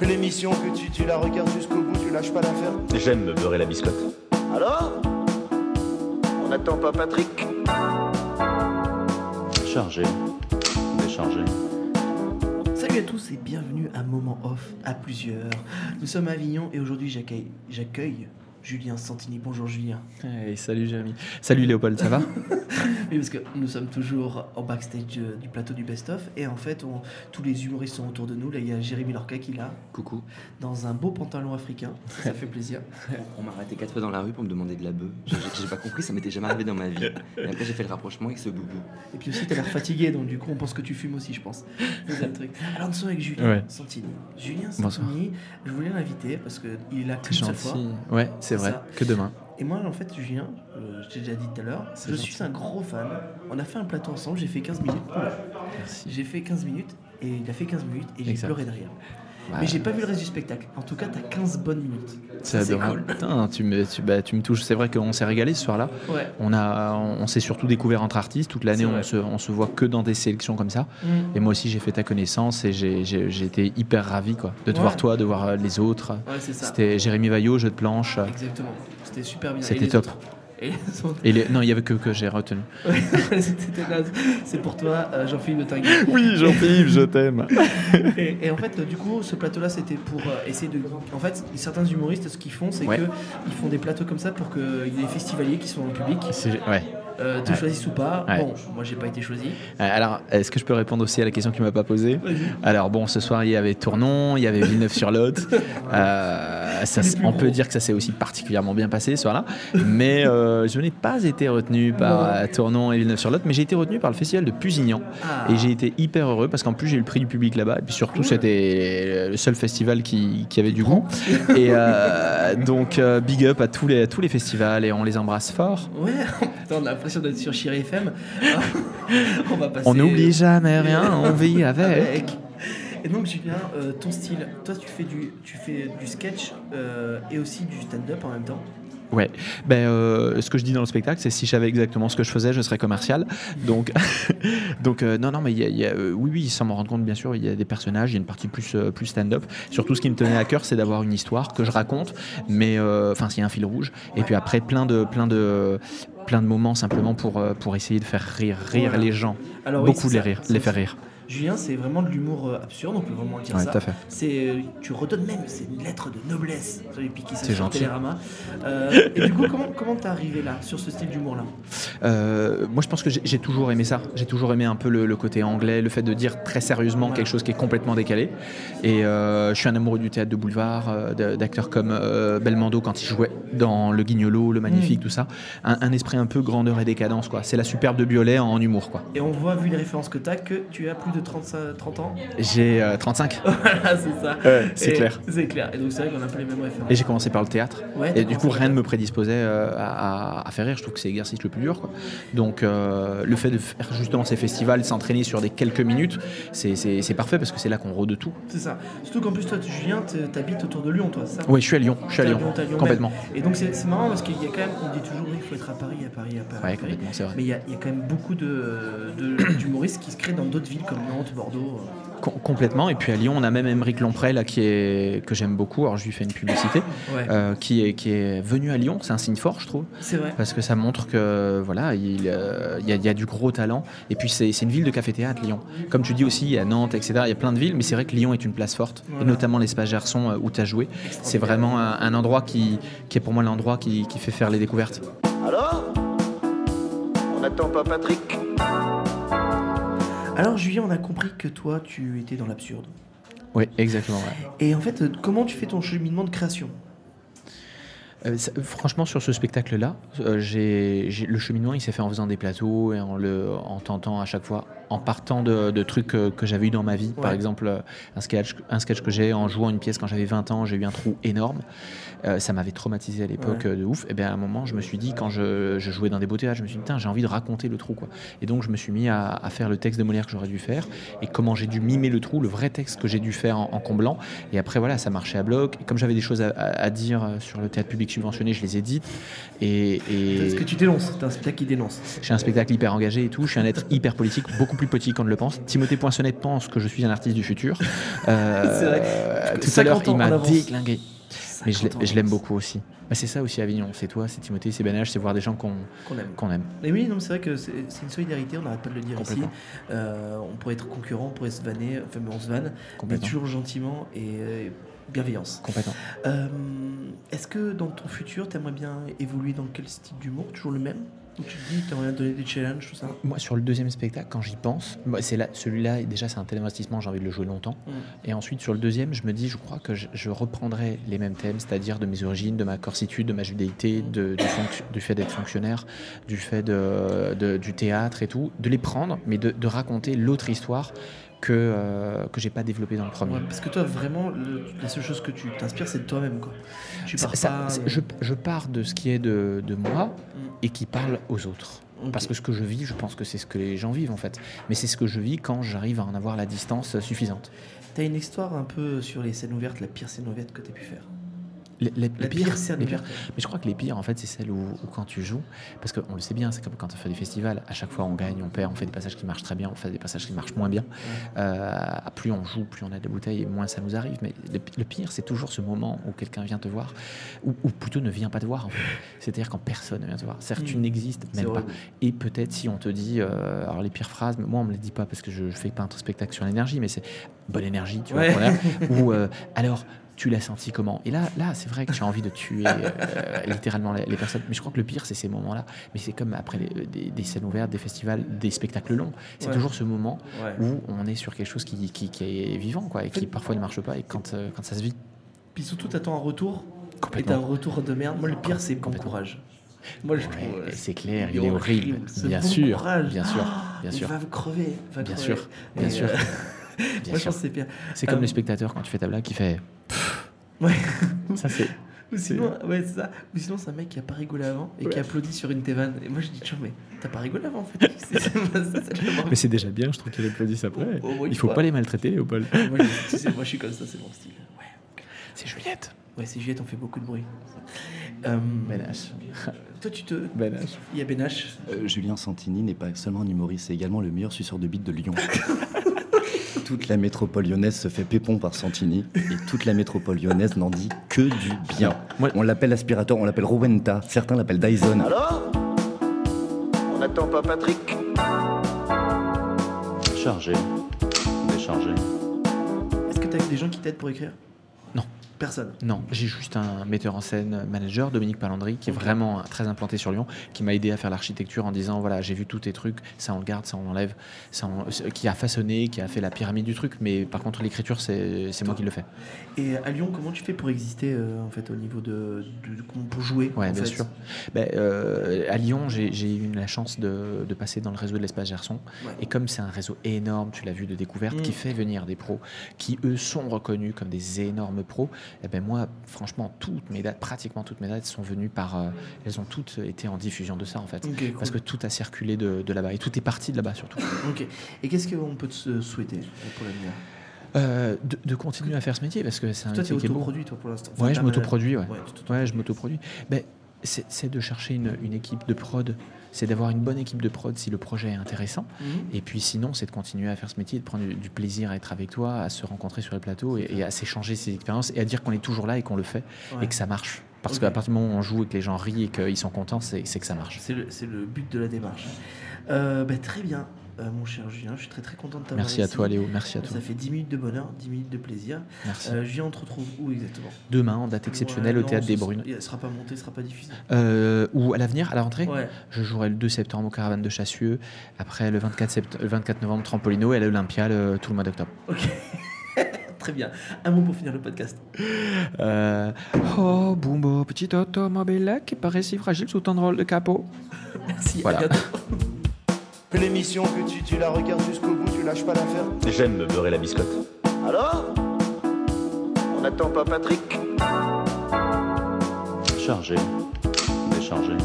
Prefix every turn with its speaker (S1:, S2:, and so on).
S1: L'émission que tu, tu la regardes jusqu'au bout, tu lâches pas l'affaire.
S2: J'aime me beurrer la biscotte.
S1: Alors On n'attend pas Patrick
S2: Chargé. Déchargé.
S3: Salut à tous et bienvenue à Moment Off à plusieurs. Nous sommes à Avignon et aujourd'hui j'accueille, j'accueille Julien Santini. Bonjour Julien.
S4: Hey, salut Jérémy. Salut Léopold, ça va
S3: Oui, parce que nous sommes toujours en backstage euh, du plateau du Best Of et en fait on- tous les humoristes sont autour de nous. Là il y a Jérémy Lorca qui est là
S5: Coucou.
S3: dans un beau pantalon africain. Ça fait plaisir.
S5: On m'a arrêté quatre fois dans la rue pour me demander de la bœuf. J'ai- J'ai j'ai pas compris, ça m'était jamais arrivé dans ma vie. Et après, j'ai fait le rapprochement avec ce boubou.
S3: Et puis aussi t'as l'air fatigué donc du coup on pense que tu fumes aussi je pense. C'est ça le truc. Alors nous sommes avec Julien
S4: Ouais.
S3: Santini. Julien
S4: Bonsoir.
S3: Santini, je voulais l'inviter parce qu'il est là
S4: T'es
S3: qu'une seule fois.
S4: gentil. Ouais, c'est vrai.
S3: Ça.
S4: Que demain.
S3: Et moi, en fait, Julien, euh, je t'ai déjà dit tout à l'heure,
S4: C'est
S3: je
S4: gentil.
S3: suis un gros fan. On a fait un plateau ensemble, j'ai fait 15 minutes. Voilà.
S4: Merci.
S3: J'ai fait 15 minutes, et il a fait 15 minutes, et j'ai
S4: Exact.
S3: pleuré de rire.
S4: Bah,
S3: Mais j'ai pas vu le reste du spectacle. En tout cas, t'as 15 bonnes minutes.
S4: C'est
S3: Ça,
S4: adorable. Putain, tu me, tu, bah, tu me touches. C'est vrai qu'on s'est régalé ce soir-là.
S3: cool. Ouais.
S4: On, a, on, on s'est surtout découvert entre artistes. Toute l'année,
S3: C'est
S4: on
S3: vrai.
S4: se, on se voit que dans des sélections comme ça.
S3: Mm.
S4: Et moi aussi, j'ai fait ta connaissance et j'ai, j'ai- j'ai été hyper ravi quoi, de te
S3: Ouais.
S4: voir toi, de voir euh, les autres.
S3: Ouais, c'est ça.
S4: C'était Jérémy Vaillot, jeu de planche.
S3: Exactement. C'était super bien.
S4: C'était
S3: Et les
S4: top.
S3: autres- Et les autres.
S4: Et les- Non, il y avait que que j'ai retenu.
S3: Ouais, c'était naze. C'est pour toi, euh, Jean-Philippe Le Tinguin.
S4: Oui, Jean-Philippe, je t'aime.
S3: Et, et en fait, euh, du coup, ce plateau-là, c'était pour euh, essayer de. En fait, certains humoristes, ce qu'ils font, c'est
S4: Ouais.
S3: que ils font des plateaux comme ça pour qu'il y ait des festivaliers qui sont en public,
S4: Ouais.
S3: euh, te
S4: Ouais.
S3: choisissent ou pas.
S4: Ouais.
S3: Bon, moi, j'ai pas été choisi.
S4: Euh, Alors, est-ce que je peux répondre aussi à la question que tu m'as pas posée Alors bon, ce soir il y avait Tournon, il y avait Villeneuve-sur-Lot. Euh, ça,
S3: Les plus
S4: on
S3: gros.
S4: peut dire que ça s'est aussi particulièrement bien passé ce soir-là. Mais euh, je n'ai pas été retenu par
S3: Non.
S4: euh, Tournon et Villeneuve-sur-Lot, mais j'ai été retenu par le festival de Pusignan.
S3: Ah.
S4: Et j'ai été hyper heureux parce qu'en plus j'ai eu le prix du public là-bas. Et puis surtout,
S3: Cool.
S4: c'était le seul festival qui, qui avait du goût. Et euh, donc, euh, big up à tous, les, à tous les festivals et on les embrasse fort.
S3: Ouais, putain, on a l'impression d'être sur Chiri FM. on va passer.
S4: On n'oublie jamais rien, on vit avec.
S3: Et donc Julien, euh, ton style, toi tu fais du, tu fais du sketch euh, et aussi du stand-up en même temps.
S4: Ouais, ben, euh, ce que je dis dans le spectacle, c'est si je savais exactement ce que je faisais, je serais commercial. Donc, donc euh, non, non, mais il y a, il y a, euh, oui, oui, sans m'en rendre compte, bien sûr, il y a des personnages, il y a une partie plus, euh, plus stand-up. Surtout, ce qui me tenait à cœur, c'est d'avoir une histoire que je raconte, mais euh, enfin, s'il y a un fil rouge, et puis après, plein de, plein de, plein de moments simplement pour, euh, pour essayer de faire rire, rire
S3: Voilà.
S4: les gens,
S3: Alors oui,
S4: beaucoup
S3: c'est
S4: les,
S3: ça,
S4: rire,
S3: c'est
S4: les
S3: ça.
S4: faire rire.
S3: Julien, c'est vraiment de l'humour euh, absurde, on peut vraiment dire
S4: Ouais,
S3: ça.
S4: tout à fait.
S3: C'est, euh, tu redonnes même, c'est une lettre de noblesse. Celui piqué ça
S4: C'est
S3: sur
S4: gentil.
S3: Télérama. Euh, et du coup, comment comment t'es arrivé là, sur ce style d'humour-là
S4: Euh, moi, je pense que j'ai j'ai toujours aimé ça. J'ai toujours aimé un peu le, le côté anglais, le fait de dire très sérieusement quelque chose qui est complètement décalé. Et euh, je suis un amoureux du théâtre de boulevard, euh, de- d'acteurs comme euh, Belmondo quand il jouait dans Le Guignolo, Le Magnifique, tout ça. Un, un esprit un peu grandeur et décadence, quoi. C'est la superbe de Biolay en, en humour, quoi.
S3: Et on voit, vu les références que t'as, que tu as plus de 35 30 ans.
S4: J'ai euh, 35.
S3: voilà, c'est ça.
S4: c'est
S3: Et-
S4: clair.
S3: C'est clair. Et donc c'est vrai qu'on a pas les mêmes références.
S4: Et j'ai commencé par le théâtre.
S3: Ouais,
S4: et
S3: t'as
S4: du coup,
S3: commencé
S4: rien ne me prédisposait euh, à, à- à faire rire. Je trouve que c'est l'exercice le plus dur. Quoi. Donc, euh, le fait de faire justement ces festivals, s'entraîner sur des quelques minutes, c'est- c'est c'est parfait parce que c'est là qu'on rôde tout.
S3: C'est ça. Surtout qu'en plus, toi, tu- Julien, t'es- t'habites autour de Lyon, toi, c'est ça
S4: Oui, je suis à Lyon. Je suis à
S3: T'es
S4: Lyon.
S3: t'es à Lyon
S4: Complètement.
S3: même. Et donc, c'est c'est marrant parce qu'il y a quand même, on dit toujours, il faut être à Paris, à Paris, à Paris. à
S4: Ouais,
S3: Paris.
S4: complètement, c'est vrai.
S3: Mais il y, a, il y a quand même beaucoup de- de- d'humoristes qui se créent dans d'autres villes comme Nantes, Bordeaux. euh.
S4: Com- complètement. Et puis à Lyon, on a même Émeric Lomprey, là, qui est... que j'aime beaucoup. Alors, je lui fais une publicité.
S3: Ouais,
S4: euh, qui, est, qui est venu à Lyon. C'est un signe fort, je trouve.
S3: c'est vrai.
S4: Parce que ça montre que voilà, il euh, il y, a, il y a du gros talent. Et puis c'est c'est une ville de café-théâtre, Lyon. Comme tu dis aussi, il y a Nantes, etc. Il y a plein de villes, mais c'est vrai que Lyon est une place forte,
S3: Voilà.
S4: et notamment l'espace Gerson euh, où tu as joué. C'est vraiment un, un endroit qui, qui est pour moi l'endroit qui, qui fait faire les découvertes.
S1: Alors On n'attend pas Patrick
S3: Alors, Julien, on a compris que toi, tu étais dans l'absurde.
S4: Oui, exactement. ouais.
S3: Et en fait, euh, comment tu fais ton cheminement de création
S4: Euh, ça- franchement, sur ce spectacle-là, euh, j'ai- j'ai- le cheminement, il s'est fait en faisant des plateaux et en, le, en tentant à chaque fois, en partant de, de trucs euh, que j'avais eu dans ma vie. Par
S3: Ouais.
S4: exemple, euh, un sketch, un sketch que j'ai en jouant une pièce quand j'avais 20 ans, j'ai eu un trou énorme. Euh, ça m'avait traumatisé à l'époque
S3: Ouais.
S4: euh, de ouf. Et bien à un moment, je me suis dit, quand je, je jouais dans des beaux théâtres, je me suis dit, putain, j'ai envie de raconter le trou. quoi. Et donc, je me suis mis à, à faire le texte de Molière que j'aurais dû faire et comment j'ai dû mimer le trou, le vrai texte que j'ai dû faire en, en comblant. Et après, voilà, ça marchait à bloc. Et comme j'avais des choses à, à- à dire euh, sur le théâtre public subventionné, je les ai dites. Et, et
S3: Parce que tu dénonces, c'est un spectacle qui dénonce.
S4: j'ai un spectacle hyper engagé et tout. Je suis un être hyper politique, beaucoup plus petit qu'on ne le pense. Timothée Poinçonnet pense que je suis un artiste du futur. Euh,
S3: C'est vrai.
S4: euh, Tout à
S3: 50
S4: l'heure,
S3: ans
S4: il
S3: en
S4: m'a
S3: avance.
S4: déglingué. Mais je l'ai-
S3: 50 ans
S4: je l'aime beaucoup aussi. Bah, c'est ça aussi Avignon, c'est toi, c'est Timothée, c'est Benage, c'est voir des gens qu'on
S3: Qu'on aime.
S4: qu'on aime.
S3: Mais oui, non, mais c'est vrai que c'est c'est une solidarité, on n'arrête pas de le dire ici.
S4: Complètement.
S3: Euh, on pourrait être concurrent, on pourrait se vanner, enfin, mais on se vanne, mais
S4: Complètement.
S3: toujours gentiment et euh, bienveillance.
S4: Complètement.
S3: Euh, Est-ce que dans ton futur, t'aimerais bien évoluer dans quel style d'humour Toujours le même Ou tu te dis, t'aimerais bien donner des challenges, tout ça
S4: Moi, sur le deuxième spectacle, quand j'y pense, bah, c'est là, celui-là, déjà, c'est un tel investissement, j'ai envie de le jouer longtemps.
S3: Mm.
S4: Et ensuite, sur le deuxième, je me dis, je crois que je, je reprendrai les mêmes thèmes, c'est-à-dire de mes origines, de ma corsitude, de ma judéité,
S3: Mm.
S4: de- du, fonc- du fait d'être fonctionnaire, du fait de, de- du théâtre et tout, de les prendre, mais de, de raconter l'autre histoire que, euh, que j'ai pas développée dans le premier.
S3: Ouais, Parce que toi, vraiment, le- la seule chose que tu t'inspires, c'est de toi-même, quoi. Tu
S4: Ça-
S3: pars
S4: ça-
S3: pas... euh,
S4: c'est- je, je pars de ce qui est de, de moi
S3: Mm.
S4: et qui parle aux autres.
S3: Ok.
S4: Parce que ce que je vis, je pense que c'est ce que les gens vivent en fait. Mais c'est ce que je vis quand j'arrive à en avoir la distance euh, suffisante.
S3: T'as une histoire un peu sur les scènes ouvertes, la pire scène ouverte que t'as pu faire.
S4: Les, les-
S3: La
S4: les
S3: pire,
S4: pires,
S3: scène
S4: les pires.
S3: ouverte.
S4: Mais je crois que les pires, en fait, c'est celles où, où quand tu joues, parce qu'on le sait bien, c'est comme quand on fait des festivals, à chaque fois on gagne, on perd, on fait des passages qui marchent très bien, on fait des passages qui marchent moins bien. Euh, plus on joue, plus on a de la bouteille, et moins ça nous arrive. Mais le, le pire, c'est toujours ce moment où quelqu'un vient te voir, ou, ou plutôt ne vient pas te voir. en fait. C'est-à-dire quand personne ne vient te voir. Certes, tu
S3: Mm.
S4: n'existes
S3: C'est
S4: même pas.
S3: horrible.
S4: Et peut-être si on te dit, euh, alors les pires phrases, mais moi on me les dit pas parce que je, je fais pas un spectacle sur l'énergie, mais c'est bonne énergie, tu
S3: Ouais.
S4: vois. voilà. Ou euh, alors tu l'as senti comment Et là, là, c'est vrai que j'ai envie de tuer euh, littéralement les, les personnes. Mais je crois que le pire, c'est ces moments-là. Mais c'est comme après les- euh, des, des scènes ouvertes, des festivals, des spectacles longs. C'est
S3: Ouais.
S4: toujours ce moment
S3: Ouais.
S4: où on est sur quelque chose qui, qui, qui est vivant, quoi, et qui parfois ne marche pas. Et quand, euh, quand ça se vit,
S3: Puis surtout, t'attends un retour. Et t'as un
S4: complètement.
S3: retour de merde. Moi, le pire, c'est bon
S4: Complètement.
S3: courage. Moi, je
S4: Ouais,
S3: trouve. euh,
S4: c'est clair,
S3: il
S4: il
S3: est
S4: est horrible.
S3: horrible, ce
S4: Bien,
S3: bon
S4: sûr,
S3: courage. Ah,
S4: bien sûr, bien
S3: il
S4: sûr,
S3: va vous crever. va
S4: bien
S3: crever.
S4: sûr,
S3: Et,
S4: bien sûr,
S3: euh,
S4: bien
S3: Moi, je
S4: sûr.
S3: pense que c'est pire.
S4: C'est comme
S3: Euh,
S4: le spectateur quand tu fais ta blague qui fait.
S3: Ouais.
S4: Ça c'est.
S3: Ou sinon, Mm. ouais, c'est ça. Ou sinon, c'est un mec qui a pas rigolé avant et qui applaudit sur une tévane. Et moi, je dis, tiens, mais t'as pas rigolé avant, en fait. C'est ça, ça, je le vois.
S4: Mais c'est déjà bien, je trouve qu'il applaudisse après.
S3: Au- au moins une
S4: Il faut
S3: fois.
S4: pas les maltraiter, Léopold.
S3: Moi, je- tu sais, moi, je suis comme ça, c'est mon style. Ouais,
S4: C'est Juliette.
S3: ouais c'est Juliette, on fait beaucoup de bruit. Euh,
S4: Benache.
S3: Toi, tu te.
S4: Benache.
S3: Il y a Ben Benache.
S2: Euh, Julien Santini n'est pas seulement un humoriste, c'est également le meilleur suceur de bite de Lyon. toute la métropole lyonnaise se fait pépon par Santini et toute la métropole lyonnaise n'en dit que du bien.
S4: Moi-
S2: On l'appelle aspirateur, on l'appelle Rowenta, certains l'appellent Dyson.
S1: Alors On n'attend pas Patrick
S2: Chargé, déchargé.
S3: Est-ce que t'as eu des gens qui t'aident pour écrire
S4: Non.
S3: Personne.
S4: Non, j'ai juste un metteur en scène manager, Dominique Palandry, qui est vraiment très implanté sur Lyon, qui m'a aidé à faire l'architecture en disant voilà, j'ai vu tous tes trucs, ça on le garde, ça on l'enlève, ça on- qui a façonné, qui a fait la pyramide du truc, mais par contre l'écriture c'est c'est moi qui le fais.
S3: Et à Lyon, comment tu fais pour exister euh, en fait au niveau de, de- de- comment- pour jouer
S4: Ouais,
S3: en
S4: bien
S3: fait
S4: sûr. Ben, euh, à Lyon, j'ai j'ai eu la chance de, de passer dans le réseau de l'espace Gerson.
S3: Ouais.
S4: Et comme c'est un réseau énorme, tu l'as vu, de découverte,
S3: Mm.
S4: qui fait venir des pros, qui eux sont reconnus comme des énormes pros, et ben moi, franchement, toutes mes dates, pratiquement toutes mes dates sont venues par. euh, elles ont toutes été en diffusion de ça, en fait.
S3: Ok. cool.
S4: Parce que tout a circulé de, de là-bas et tout est parti de là-bas surtout.
S3: Ok. Et qu'est-ce qu'on peut se souhaiter pour l'avenir
S4: Euh, de, de continuer à faire ce métier parce que c'est un
S3: Toi, t'es
S4: métier qui est beau.
S3: autoproduit toi pour l'instant. Enfin,
S4: Ouais,
S3: t'as
S4: je
S3: un manager.
S4: m'autoproduis, ouais.
S3: Ouais, tu t'auto-
S4: Ouais, je m'autoproduis. Ben, c'est c'est de chercher une, une équipe de prod, c'est d'avoir une bonne équipe de prod si le projet est intéressant.
S3: Mhm.
S4: Et puis sinon, c'est de continuer à faire ce métier, de prendre du, du plaisir à être avec toi, à se rencontrer sur les plateaux et, et à s'échanger ses expériences et à dire qu'on est toujours là et qu'on le fait
S3: Ouais.
S4: et que ça marche. Parce
S3: Ok.
S4: qu'à partir du moment où on joue et que les gens rient et qu'ils sont contents, c'est c'est que ça marche.
S3: C'est le, c'est le but de la démarche. Euh, bah, très bien, euh, mon cher Julien, je suis très très content de t'avoir
S4: Merci à
S3: ici.
S4: toi, Léo. Merci à toi.
S3: Ça fait 10 minutes de bonheur, 10 minutes de plaisir.
S4: Merci.
S3: Euh, Julien, on te retrouve où exactement
S4: Demain, en date exceptionnelle
S3: Ouais,
S4: au Théâtre
S3: non,
S4: des
S3: ce-
S4: Brunes.
S3: Il ne sera pas monté, il ne sera pas diffusé.
S4: Euh, ou à l'avenir, à la rentrée,
S3: Ouais.
S4: je jouerai le 2 septembre au Caravane de Chassieux. Après, le 24, sept- le 24 novembre, Trampolino et à l'Olympia le- tout le mois d'octobre.
S3: Très bien. Un mot pour finir le podcast.
S4: Euh, Oh, Bumbo, petit automobile qui paraît si fragile sous ton drôle de capot.
S3: Merci. à
S4: Voilà.
S3: bientôt.
S1: L'émission que tu, tu la regardes jusqu'au bout, tu lâches pas l'affaire
S2: J'aime me beurrer la biscotte.
S1: Alors On n'attend pas Patrick
S2: Chargé, déchargé.